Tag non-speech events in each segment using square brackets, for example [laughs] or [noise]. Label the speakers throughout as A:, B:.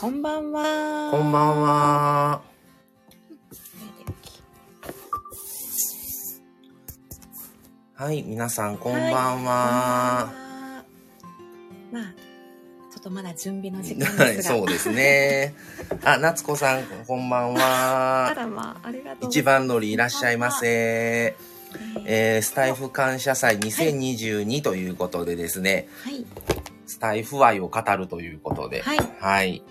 A: こんばんは。
B: こんばんは。はい、皆さん、こんばんは。
A: まあ、ちょっとまだ準備の時間
B: は
A: で
B: い、
A: すが。 [laughs]
B: そうですね。あ、夏子さん、こんばん
A: あ
B: は。
A: らまあ、ありがとうございます。
B: 一番乗りいらっしゃいませ。
A: え
B: えースタイフ感謝祭2022ということでですね、
A: ー
B: スタイフ愛を語るということで、
A: はい。は
B: はい。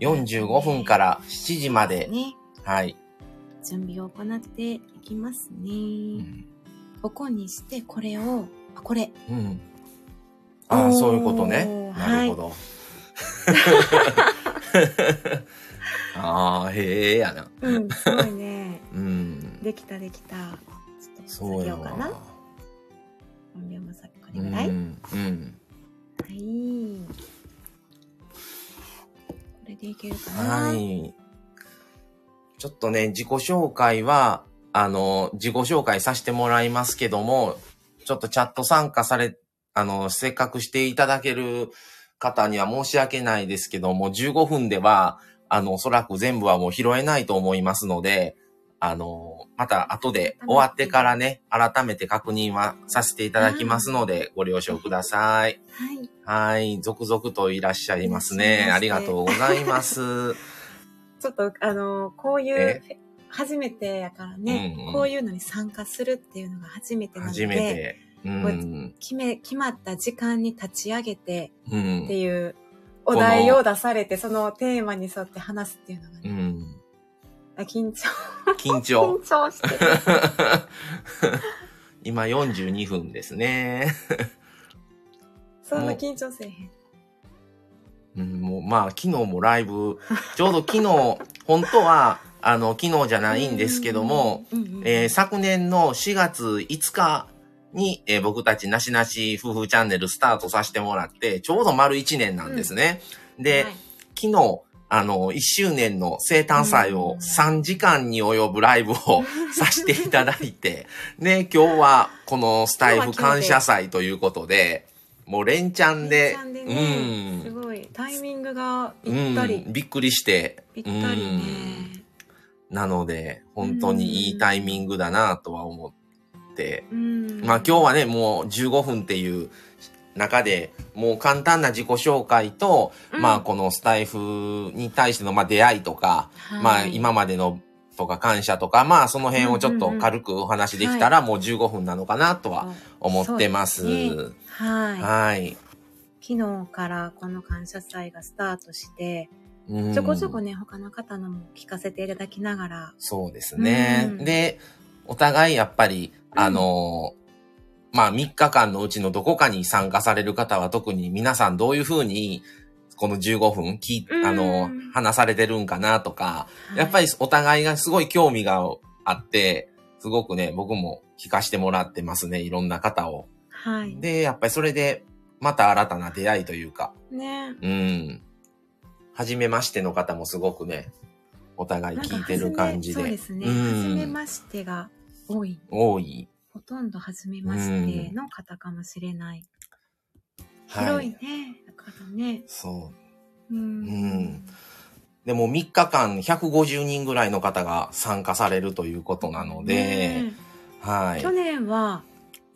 B: 45分から7時まで
A: い。、ね。
B: はい。
A: 準備を行っていきます
B: う
A: ね。
B: ん。
A: ここにして、これを、あ、これ。
B: うん、ああ、そういうこと
A: お
B: ね
A: ー。
B: なるほど。 [laughs] ああ、へえやな。
A: [laughs] うん、すごいね。
B: うん。
A: できたできた。ちょっと
B: そう
A: 下げ
B: や
A: ようかな。
B: わ。
A: 音量もさこ
B: う
A: れぐらい。はい。
B: ん。うん。
A: これでいけるかな。
B: はい。ちょっとね、自己紹介は、あの、自己紹介させてもらいますけども、ちょっとチャット参加され、あの、せっかくしていただける方には申し訳ないですけども、15分では、あの、おそらく全部はもう拾えないと思いますので、あの、また後で終わってからね、改めて確認はさせていただきますので、ご了承ください。
A: はい。
B: はい、続々といらっしゃいます
A: い
B: ね。
A: らっしゃいませ
B: ありがとうございます。
A: ちょっと、あの、こうい
B: え
A: う、初めてやからね、
B: うんうん
A: こういうのに参加するっていうのが初めてなの
B: 初
A: で、
B: めて。うん。
A: 決め、決まった時間に立ち上げてっ
B: う
A: て
B: ん。
A: いう
B: こ
A: お
B: の
A: 題を出されて、そのテーマに沿って話すっていうのが
B: う
A: ね、
B: ん。
A: あ緊張、
B: 緊
A: 緊
B: 張。 [laughs]
A: 張してる。
B: 今42分ですね。
A: そんな緊張せえへん。
B: うん、もうまあ、昨日もライブ、ちょうど昨日、本当は、あの、昨日じゃないんですけども、
A: うんうんうん、
B: えー昨年の4月5日に、えー僕たちなしなし夫婦チャンネルスタートさせてもらって、ちょうど丸1年なんですね。で、
A: はい
B: 昨日、あの、1周年の生誕祭
A: う
B: を
A: ん
B: 3時間に及ぶライ
A: [laughs]
B: ブをさせていただいて、ね、今日はこのスタイフ感謝祭ということで、もう連チャン
A: 連
B: で
A: チャン、で
B: う
A: ねす
B: ん、
A: ごい、タイミングがぴ
B: うん
A: ったり、
B: びっくりして、
A: ぴったりね。
B: うんなので、本当にいいタイミングだなとは思って、
A: うん。
B: まあ今日はね、もう15分っていう中で、もう簡単な自己紹介と、
A: うん
B: まあこのスタイフに対してのまあ出会いとか、
A: はい
B: まあ今までのとか感謝とか、まあその辺をちょっと軽くお話できたらもう15分なのかなとは思ってます。
A: そうですねは
B: はい。
A: い。昨日からこの感謝祭がスタートして、
B: うん
A: ちょこちょこね、他の方のも聞かせていただきながら、
B: そうですね。
A: うん
B: で、お互いやっぱり、
A: うん
B: あのーまあ3日間のうちのどこかに参加される方は特に皆さんどういうふうに、この15分き、
A: うん
B: あのー話されてるんかなとか、やっぱ
A: り、
B: りお互いがすごい興味があって、すごくね、僕も聞かしてもらってますね、いろんな方を。
A: はい。
B: で、やっぱりそれで、また新たな出会いというか、
A: ね。
B: うん。初めましての方もすごくね、お互い
A: なんか
B: 聞いてる感じで。
A: 初めそうですね。
B: う
A: 初
B: ん
A: めましてが多い。
B: 多い。
A: ほとんど初めましての方かもしれない。広いね。だからね。。
B: そうう。うんん。でも3日間150人ぐらいの方が参加されるということなので、
A: ね
B: は
A: 去
B: い。
A: 年は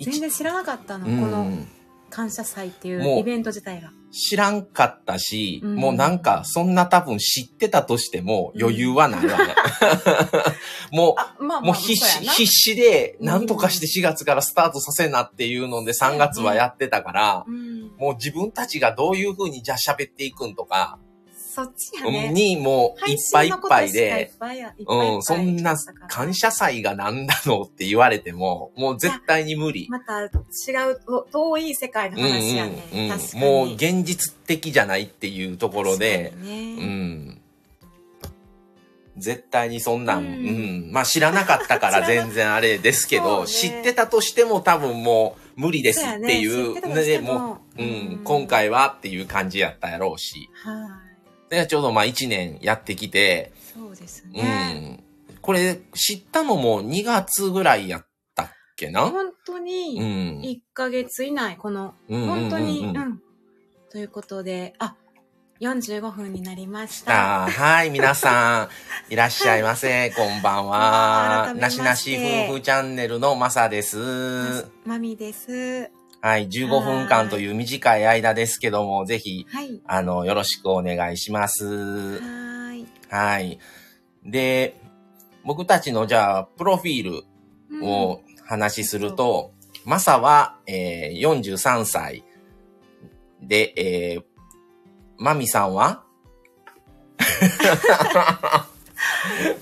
A: 全然知らなかったの、
B: 一
A: この
B: ん
A: 感謝祭ってい
B: も
A: う
B: う
A: イベント自体が。
B: 知らんかったし、
A: うん
B: もうなんかそんな多分知ってたとしても余裕はない
A: [laughs]
B: わね。もう、
A: あ、まあまあ、
B: もう必
A: そう
B: 死、
A: やな
B: 必死で、なんとかして4月からスタートさせなっていうので3月はやってたから、
A: うん。
B: もう自分たちがどういう風にじゃあ喋っていくんとか、
A: そっちやね。
B: にもういっ
A: 配信
B: ぱいいっ
A: のこと
B: ぱ
A: し
B: い
A: かいっ
B: で、
A: ぱいやいっぱいいっぱい
B: うん、そんな感謝祭が何だのって言われても、もう絶対に無理。
A: また違うと遠い世界の
B: うんうん
A: 話やね。確
B: う
A: かに。
B: ん。もう現実的じゃないっていうところで、
A: 確かに
B: う
A: ね
B: ん。絶対にそんなん、
A: う
B: うんん、まあ知らなかった
A: [laughs]
B: か
A: 知らな
B: ら全然あれですけ
A: そ
B: ど、知
A: うね
B: ってたとしても多分もう無理ですっていう、
A: そうやね知ってたとしても
B: う、うん、
A: うん
B: 今回はっていう感じやったやろうし。
A: はい。
B: で、ちょうどまあ1年やってきて、
A: そうです
B: う
A: ね。
B: ん。これ知ったのも2月ぐらいやったっけな
A: 本当
B: う
A: に
B: ん。
A: 1ヶ月以内、この、
B: うんうんうんう
A: 本
B: ん
A: 当に、うん。ということで、あ、 45分になりました。
B: あーはい、皆さん、いらっしゃいませ。こんば
A: こ。ん
B: んは
A: ばんは
B: なしなし夫婦チャンネルのまさです。
A: まみです。
B: はい、15分間という短い間ですけども、ぜひ、
A: はい。
B: あの、よろしくお願いします
A: は。ーい。
B: はい。で、僕たちのじゃあ、プロフィー
A: うん
B: ルを話しすると、マサは、えー43歳。で、えーマミさんは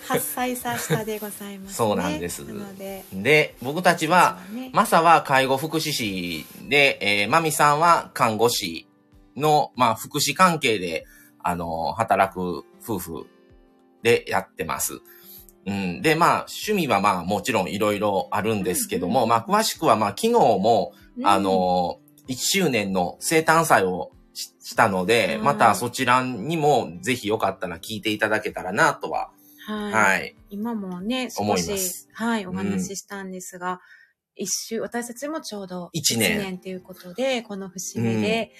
A: 8歳差下でございます、ね。
B: そうなんです
A: なので、
B: で、僕たちは、
A: ね
B: マサは介護福祉士で、えーマミさんは看護師の、まあ、福祉関係で、あの、働く夫婦でやってます。うん。で、まあ、趣味はまあ、もちろんいろいろあるんですけども、まあ、詳しくはまあ、昨日も、
A: うん
B: あ、の、1周年の生誕祭をししたので、
A: はい
B: またそちらにも、ぜひよかったら聞いていただけたらな、とは、
A: はい。
B: はい、
A: 今もね、
B: 思
A: 少
B: いま
A: し
B: す、
A: はい、お話ししたんですが、一周、私たちもちょうど
B: 1
A: 1
B: 年
A: 年ということで、この節目で、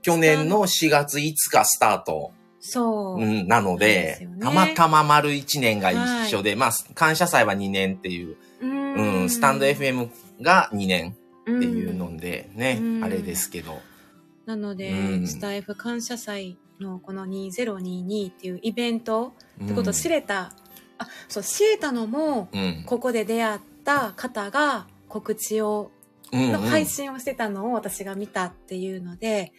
B: 去年の4月5日スタート。
A: そう、
B: うん、なの
A: で
B: で、
A: すよね
B: たまたま丸1年が一緒で、まあ、感謝祭は2年っていう、
A: う
B: うん、スタンド FM が2年
A: て
B: っていうのでね、
A: うん
B: あれですけど。
A: なので、
B: うん
A: スタイフ感謝祭のこの2022っていうイベント
B: うん
A: ってことを知れた、あそう知れたのも
B: うん。
A: ここで出会った方が告知を
B: うん
A: の配信をしてたのを私が見たっていうので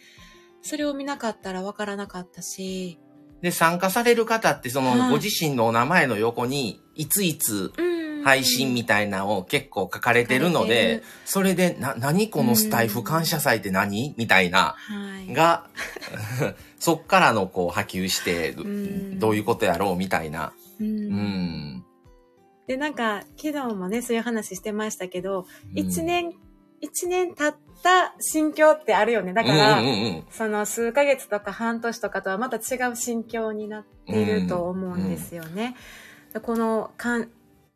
A: それを見なかったらわからなかったし、
B: で、参加される方って、そ
A: は
B: の、
A: い
B: ご自身のお名前の横に、いついつ
A: うん
B: 配信みたいなのを結構書かれてるの
A: 書かれて
B: で
A: る、
B: それで、な、何このスタイフ感謝祭って何みたいな。
A: はい
B: が、 [laughs] そっからのこう波及して、
A: ん
B: どういうことやろうみたいな。
A: うん
B: うん。
A: でなんか昨日もねそういう話してましたけど、
B: うん
A: 一年一年経った心境ってあるよねだから、
B: うんうんうん
A: その数ヶ月とか半年とかとはまた違う心境になっていると思うんですよね。でこのかん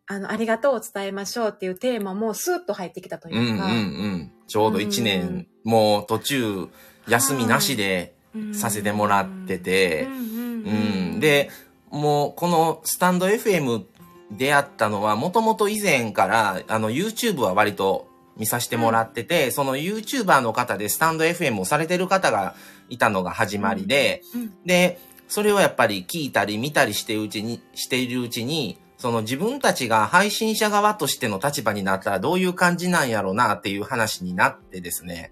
A: あの、ありがとうを伝えましょうっていうテーマもスーッと入ってきたと
B: うんう
A: いうんか、
B: うん。ちょうど一年、もう途中、休みなしで
A: うん
B: させてもらって、て
A: うん、
B: う
A: うんうん
B: ん。で、もうこのスタンド FM 出会ったのは、もともと以前から、あの、YouTube は割と見させてもらってて、その YouTuber の方でスタンド FM をされてる方がいたのが始まりで、
A: うん
B: で、それをやっぱり聞いたり見たりしてうちに、しているうちに、その自分たちが配信者側としての立場になったらどういう感じなんやろうなっていう話になってですね。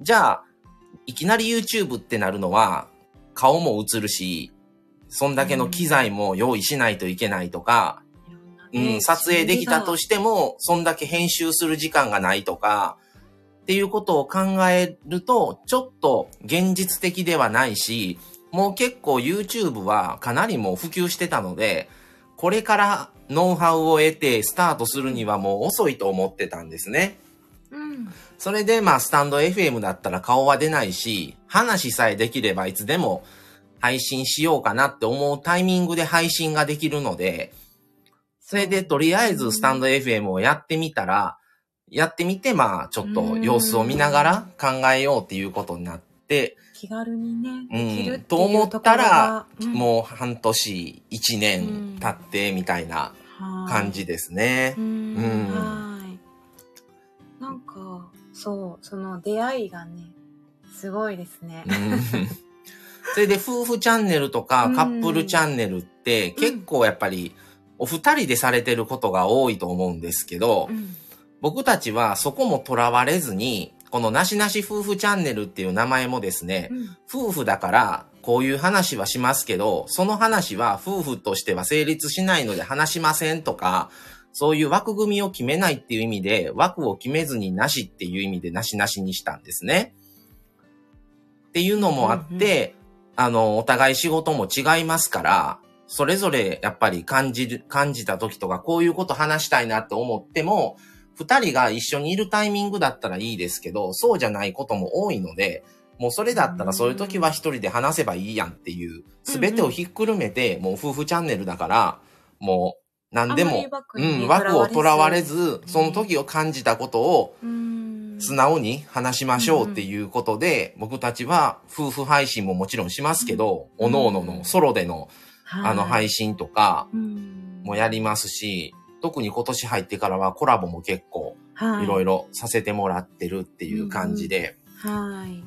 B: じゃあ、いきなり YouTube ってなるのは、顔も映るし、そんだけの機材も用意しないといけないとか、
A: いろんな
B: うん
A: ね
B: 撮影できたとしても、そんだけ編集する時間がないとか、っていうことを考えると、ちょっと現実的ではないし、もう結構 YouTube はかなりもう普及してたので、これからノウハウを得てスタートするにはもう遅いと思ってたんですね。
A: うん
B: それでまあスタンド FM だったら顔は出ないし、話さえできればいつでも配信しようかなって思うタイミングで配信ができるので、それでとりあえずスタンド FM をやってみたら、やってみてまあちょっと様子を見ながら考えようっていうことになって、
A: 気軽にね、
B: うん
A: できるっていう
B: と思ったら
A: ところが、
B: もう半年、一年経ってみたいな
A: うん
B: 感じですね
A: う。ん
B: うん
A: はい。なんか、そう、その出会いがね、すごいですね。
B: うんそれで夫婦チャンネルとか
A: うん
B: カップルチャンネルって結構やっぱりお二人でされてることが多いと思うんですけど、
A: うん
B: 僕たちはそこもとらわれずに、このなしなし夫婦チャンネルっていう名前もですね
A: う、ん
B: 夫婦だからこういう話はしますけど、その話は夫婦としては成立しないので話しませんとか、そういう枠組みを決めないっていう意味で、枠を決めずになしっていう意味でなしなしにしたんですね。っていうのもあって、あの、お互い仕事も違いますから、それぞれやっぱり感じる、感じた時とか、こういうこと話したいなって思っても、二人が一緒にいるタイミングだったらいいですけど、そうじゃないことも多いので、もうそれだったらそういう時は一人で話せばいいやんっていう、すべてをひっくるめて、もう夫婦チャンネルだから、もう何で
A: あんま
B: も
A: り、枠
B: う
A: に
B: ん、枠をとらわれず、
A: ず
B: その時を感じたことを
A: うん
B: 素直に話しましょうっていうことで、僕たちは夫婦配信ももちろんしますけど、
A: うん
B: 各々のソロでのあの
A: い。
B: 配信とか
A: うん
B: もやりますし、特に今年入ってからはコラボも結構
A: はい
B: ろいろさせてもらってるっていう感じで、
A: はい。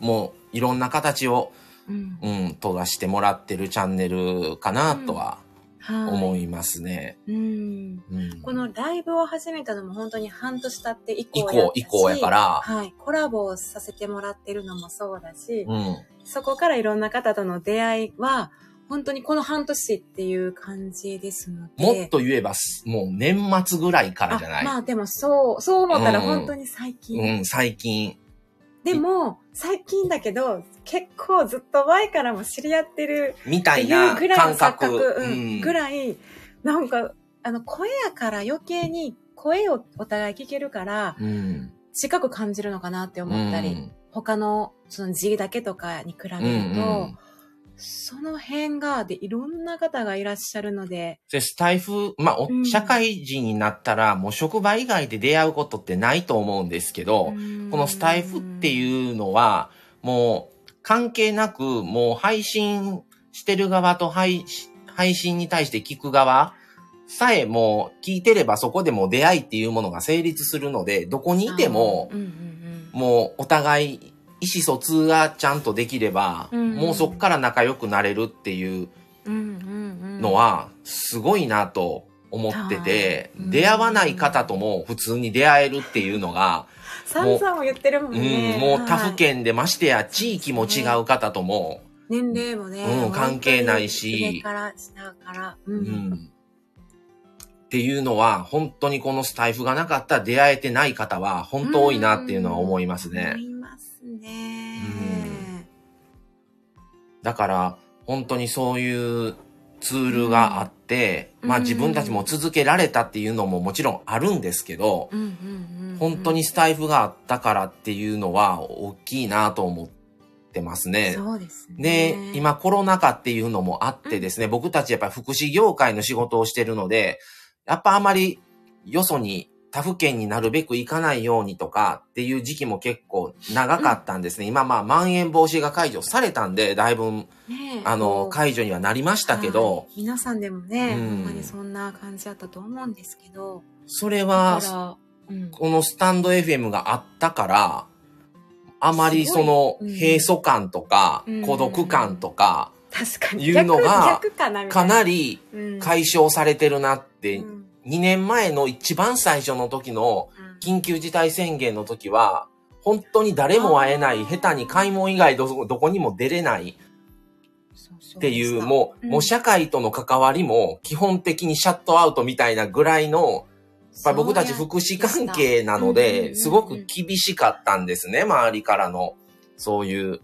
B: もういろんな形を、
A: うん
B: うん、取らしてもらってるチャンネルかなとは
A: はい
B: 思いますね。
A: うん。
B: うん
A: このライブを始めたのも本当に半年経って以降
B: 以
A: やったし
B: 降、以降やから、
A: はい。コラボをさせてもらってるのもそうだし、
B: うん、
A: そこからいろんな方との出会いは、本当にこの半年っていう感じですので。
B: もっと言えば、すもう年末ぐらいからじゃな
A: あ
B: い、
A: まあでもそう、そう思ったら
B: うんうん
A: 本当に最近。
B: うん、最近。
A: でも、最近だけど、結構ずっと前からも知り合ってる
B: み
A: ったてい
B: いな
A: うぐらいの
B: 感
A: 錯
B: 覚。
A: 覚、うん、ぐらい、なんか、あの、声やから余計に声をお互い聞けるから、
B: うん。
A: 近く感じるのかなって
B: うん
A: 思ったり、他のその字だけとかに比べると、
B: うん
A: その辺が、で、いろんな方がいらっしゃるので、
B: で、スタイフ、まあ、お
A: うん
B: 社会人になったら、もう職場以外で出会うことってないと思うんですけど、こ
A: こ
B: のスタイフっていうのは、もう関係なく、もう配信してる側と配し配信に対して聞く側さえもう聞いてればそこでもう出会いっていうものが成立するので、どこにいても
A: あー、うんうんうん
B: もうお互い意思疎通がちゃんとできれば、
A: うん
B: もうそこから仲良くなれるっていう
A: うんうんうん
B: のはすごいなと思ってて、
A: うん
B: 出会わない方とも普通に出会えるっていうのが、
A: 散々も言ってるもんね。
B: うん、もう他
A: はい
B: 府県でましてや地域も違う方とも、
A: 年齢もね、
B: うん関係ないし
A: 上から下から。う。
B: うんん。っていうのは、本当にこのスタイフがなかったら出会えてない方は、本当多いなっていうのは思います
A: 思
B: ね。
A: いますね。
B: だから、本当にそういうツールがあって、
A: うん
B: まあ
A: うん
B: 自分たちも続けられたっていうのももちろんあるんですけど、
A: うんうんうん。
B: 本当にスタイフがあったからっていうのは大きいなと思ってますね。
A: そうですね
B: で、。今コロナ禍っていうのもあってですね、僕たちやっぱり福祉業界の仕事をしてるので、やっぱあまりよそに他府県になるべく行かないようにとかっていう時期も結構長かったんですね。今まあまん延防止が解除されたんで、だいぶ
A: ねえ、
B: あ
A: こ
B: の
A: う
B: 解除にはなりましたけ
A: は
B: ど、
A: い皆さんでもね、
B: うん
A: ほんまにそんな感じだったと思うんですけど。
B: それ
A: だ
B: は
A: から、うん。
B: このスタンド FM があったから、あまりその
A: すごいうん
B: 閉鎖感とか
A: うん
B: 孤独感とか、
A: 確かに。
B: いうのが
A: 逆逆かなみた
B: か
A: いな。
B: なり
A: うん
B: 解消されてるなって、
A: うん
B: 2年前の一番最初の時の
A: うん
B: 緊急事態宣言の時は、本当に誰も会えな
A: あ
B: い、
A: ー
B: 下手に買い物以外どどこにも出れない
A: そうそう
B: っていう、
A: でした
B: もう、
A: うん
B: もう社会との関わりも基本的にシャットアウトみたいなぐらいの、やっぱり僕たち福祉関係なの
A: そうやうんうんうんう
B: で、
A: ん
B: すごく厳しかったんですね、周りからの、そういう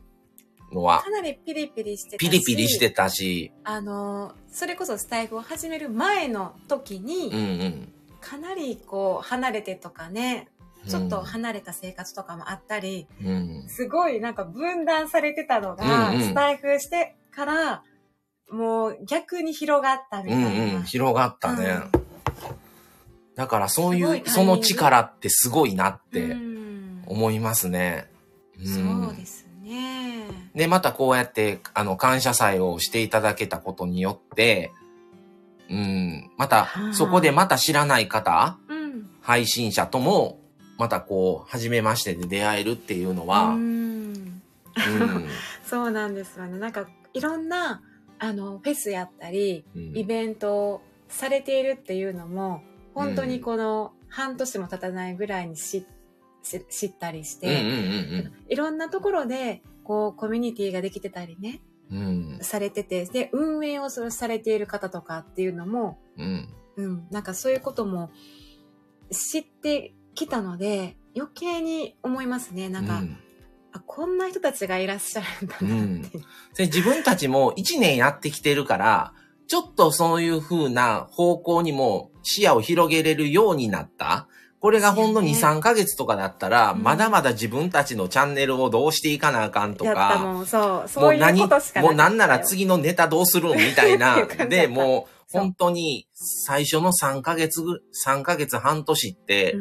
B: のは。
A: かなりピリピリしてたし
B: ピリピリしてたし、
A: あのそれこそスタイフを始める前の時に、
B: うんうん。
A: かなりこう離れてとかねちょっと
B: うん
A: 離れた生活とかもあったり、
B: うん。
A: すごいなんか分断されてたのが、
B: うんうん
A: スタイフしてからもう逆に広がったみ
B: う
A: たいな、
B: んうん、広がったね。だからそうい、
A: すごいうタイミ
B: そ
A: ング
B: の力ってすごいなっ
A: う
B: て
A: ん
B: 思いますね。うん
A: そうですね
B: で、またこうやって、あの、感謝祭をしていただけたことによって、うん、また
A: は、い
B: そこでまた知らない方、
A: うん
B: 配信者とも、またこう、初めましてで出会えるっていうのは、
A: う
B: うん、
A: んそうなんですよねなんかいろんなあのフェスやったり
B: うん
A: イベントをされているっていうのも本当にこの半年も経たないぐらいに知知知ったりし
B: うんうん
A: て、いろんなところでこうコミュニティができてたりね
B: うんうん。
A: されててで運営をそれされている方とかっていうのも、
B: うん。
A: うん、なんかそういうことも知ってきたので余計に思いますねなんか、
B: うん
A: あこんな人たちがいらっしゃるんだなっていう、
B: で自分たちも一年やってきてるから、ちょっとそういう風な方向にも視野を広げれるようになったこれがほんの2、
A: そう
B: 3ヶ月とかだったら、
A: うん
B: まだまだ自分たちのチャンネルをどうしていかなあかんと
A: やった
B: か、
A: もん、そう、そういうことしか
B: もうなんなら
A: 次
B: 次のネタどうするんみたいな
A: [laughs] っていう感じだっ。た
B: で、もう
A: そう
B: 本当に最初の3ヶ月ぐ、3ヶ月半年って、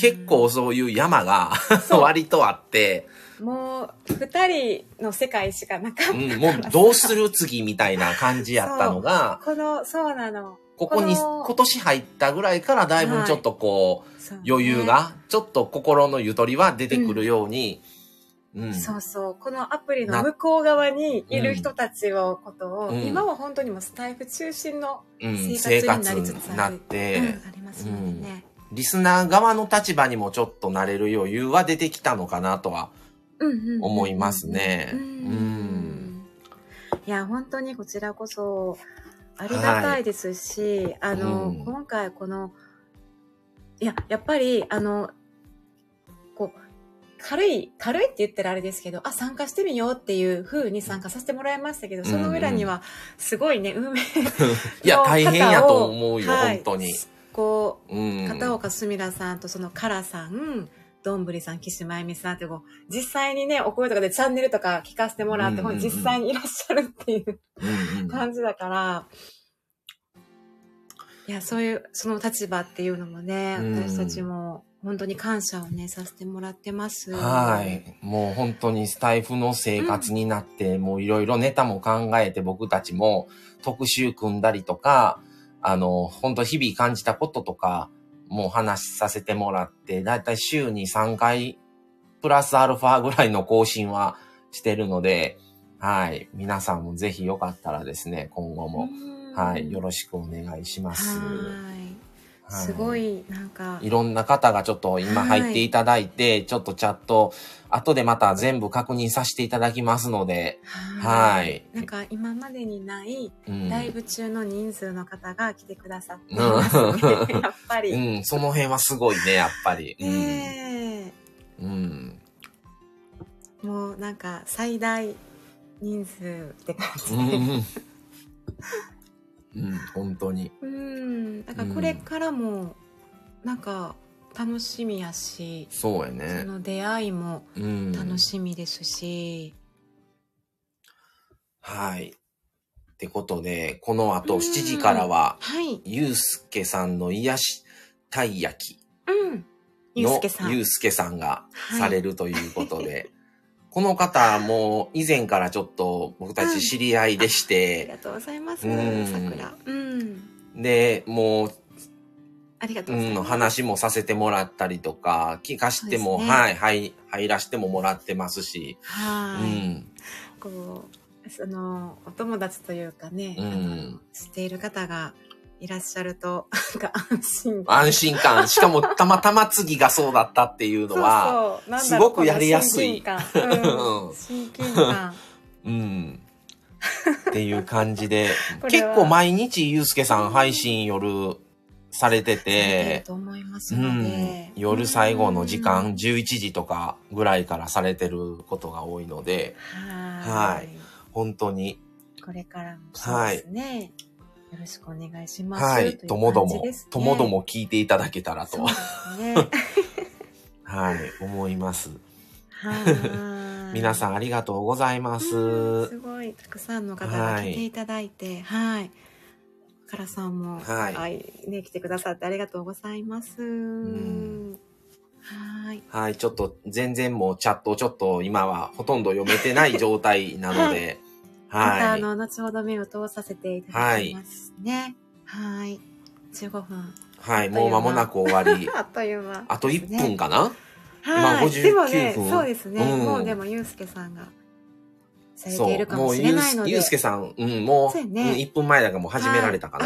B: 結構そういう山が
A: そう
B: [laughs] 割とあって、
A: もう二人の世界しかなかった
B: う
A: から、
B: ん、もうどうする次みたいな感じやったのが、
A: このそうなの
B: ここに
A: この
B: 今年入ったぐらいからだいぶちょっとこう、
A: そうね
B: 余裕が、ちょっと心のゆとりは出てくるように、うん。
A: そうそうこのアプリの向こう側にいる人たちをことを、
B: うん
A: 今は本当にもうスタイフ中心の、
B: うん、
A: 生
B: 生
A: 活
B: 活
A: になりつつある
B: になって、
A: うんありますよね、
B: リスナー側の立場にもちょっとなれる余裕は出てきたのかなとは
A: うんうんうんうん
B: 思いますね。
A: う
B: うんん。
A: いや本当にこちらこそありがたいですし、あの、
B: うん
A: 今回このいややっぱりあのこう軽い軽いって言ったらあれですけどあ参加してみようっていう風に参加させてもらいましたけどその裏にはすごいね運命
B: いや、
A: の方を
B: 大変やと思うよ、
A: はい
B: 本当に。
A: こ
B: うん。
A: う片岡すみらさんとそのカラさんどんぶりさん岸真由美さんってこう実際にねお声とかでチャンネルとか聞かせてもらって、
B: うんうんうん
A: 実際にいらっしゃるっていう
B: うんうん
A: 感じだから、いや、そういう、その立場っていうのもね、
B: うん
A: 私たちも本当に感謝をね、させてもらってます。
B: はい。もう本当にスタイフの生活になって、もういろいろネタも考えて僕たちも特集組んだりとか、あの、本当日々感じたこととか、もう話させてもらって、だいたい週に3回、プラスアルファぐらいの更新はしてるので、はい。皆さんもぜひよかったらですね、今後も、
A: うん
B: はい。よろしくお願いします。
A: はい
B: は
A: すごい、なんか、
B: いろんな方がちょっと今入っていただいて、ちょっとチャット、後でまた全部確認させていただきますので、
A: は
B: はい
A: なんか今までにない
B: うん。
A: ライブ中の人数の方が来てくださってますね、
B: うん
A: [laughs] やっぱり。
B: うん、その辺はすごいね、やっぱり。
A: ね
B: うん。うん。
A: えもうなんか最大人数って感じ
B: う
A: で
B: ん。うん、本当に。
A: [laughs] うん、だからこれからもなんか楽しみやし、
B: そうや
A: そ
B: ね。
A: の出会いも
B: うん。
A: 楽しみですし、
B: はい。ってことで、この後
A: うん
B: 7時からは、
A: はい、
B: ゆうすけさんの癒し、たい焼き。
A: うん、ゆうす
B: の
A: けさん、
B: ゆうすけさんがされるという [laughs] ことで、この方も以前からちょっと僕たち知り合いでし
A: あり
B: て、
A: がとうございます、
B: うん
A: さくら、うん、
B: で、もう、
A: ありがと
B: う
A: うござい
B: ん、
A: ます。
B: 話もさせてもらったりとか、聞かして
A: そう
B: も、
A: ですね
B: はい、はい、入らしてももらってますし、
A: は
B: う
A: い、
B: ん、
A: こうそのお友達というかね、
B: う
A: あの
B: ん、
A: 知っている方がいらっしゃるとなんか安心感。
B: 安心 [laughs] 感、しかもたまたま次がそうだったっていうのは、
A: そうそうなんだろう
B: すごくやりやすい
A: この親近感、う、
B: うんん
A: 親近感。
B: うん、っていう感じ [laughs] で
A: こ、れ
B: 結
A: は
B: 構毎日ゆうすけさん配信夜されて
A: されて
B: て
A: る、と思います
B: う
A: の
B: ん
A: で、
B: 夜最後の時
A: うん
B: 間、11時とかぐらいからされてることが多いので、
A: は
B: はいい本当に、
A: これからもそうですね、よろしくお願いします
B: はい、
A: という
B: ともど
A: 感じ
B: も
A: ですね、
B: ともども聞いていただけたら
A: そ
B: と
A: う、ですね
B: はい、思います。
A: はい
B: [laughs] 皆さんありがとうございます。
A: うんすごいたくさんの方が来ていただいてはい、からさんも、
B: はい
A: ね、来てくださってありがとうございます。
B: ん
A: はい。
B: はい、ちょっと全然もうチャットをちょっと今はほとんど読めてない状態なので、
A: またあ
B: はい、
A: の後ほど目を通させていただきますね。はい。15分。
B: はい、もう間もなく終わ
A: [laughs]
B: り、
A: あっという間。
B: あと1分かな
A: はい、
B: 今59
A: でもね、
B: 分
A: そうですね、
B: うん
A: もうでもゆうすけさんがされてい
B: そ
A: る
B: う、
A: か
B: も
A: も
B: う
A: し
B: ゆ
A: れ
B: う
A: ない
B: す
A: ので、
B: ゆうすけさん、うん、もう、
A: そうやね
B: うん1分前だからもう始められたか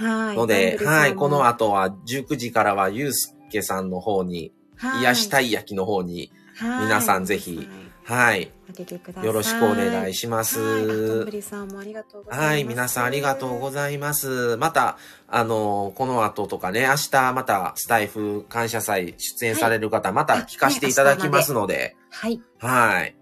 B: な、
A: はい、
B: ので、
A: ダンブルさんも
B: はい、この後は19時からはゆうすけさんの方に、
A: はい
B: 癒したい焼きの方に、
A: はい
B: 皆さんぜひ
A: はい
B: はい、
A: お聞きください。
B: よろしくお願い
A: し
B: します。
A: はい、あとんぶりさんもありがとうございます。
B: はい、皆さんありがとうございます。また、あの、この後とかね、明日またスタイフ感謝祭出演される方、また聞かせていただきますので、
A: はい、
B: はい。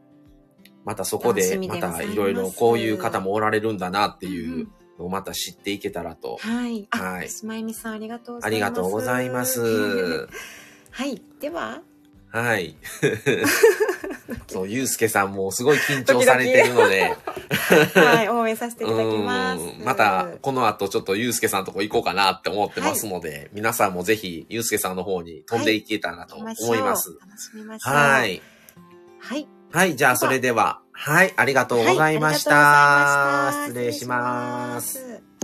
B: またそこ
A: 楽し
B: で、
A: みでご
B: ま
A: ざいます
B: たいろいろこういう方もおられるんだなっていうのをまた知っていけたらと。
A: はい、あ、
B: はい
A: しまゆみさんありがとうござ
B: あ
A: います。
B: りがとうございま。す。
A: はい。では、
B: はい。
A: [laughs]
B: そう、ゆうすけさんもすごい緊張されてるので、
A: はい、応援させていただきます
B: うん。また、この後ちょっとゆうすけさんとこ行こうかなって思ってますので、皆さんもぜひゆうすけさんの方に飛んでいけたらと
A: 行
B: 思
A: きし
B: い
A: ょう
B: ます。
A: 楽しみましょう。
B: は
A: はい。
B: い。はい、じゃあそれでは、はい、ありがとうございました。
A: はいありがとうございました
B: 失礼します。
A: 失礼します。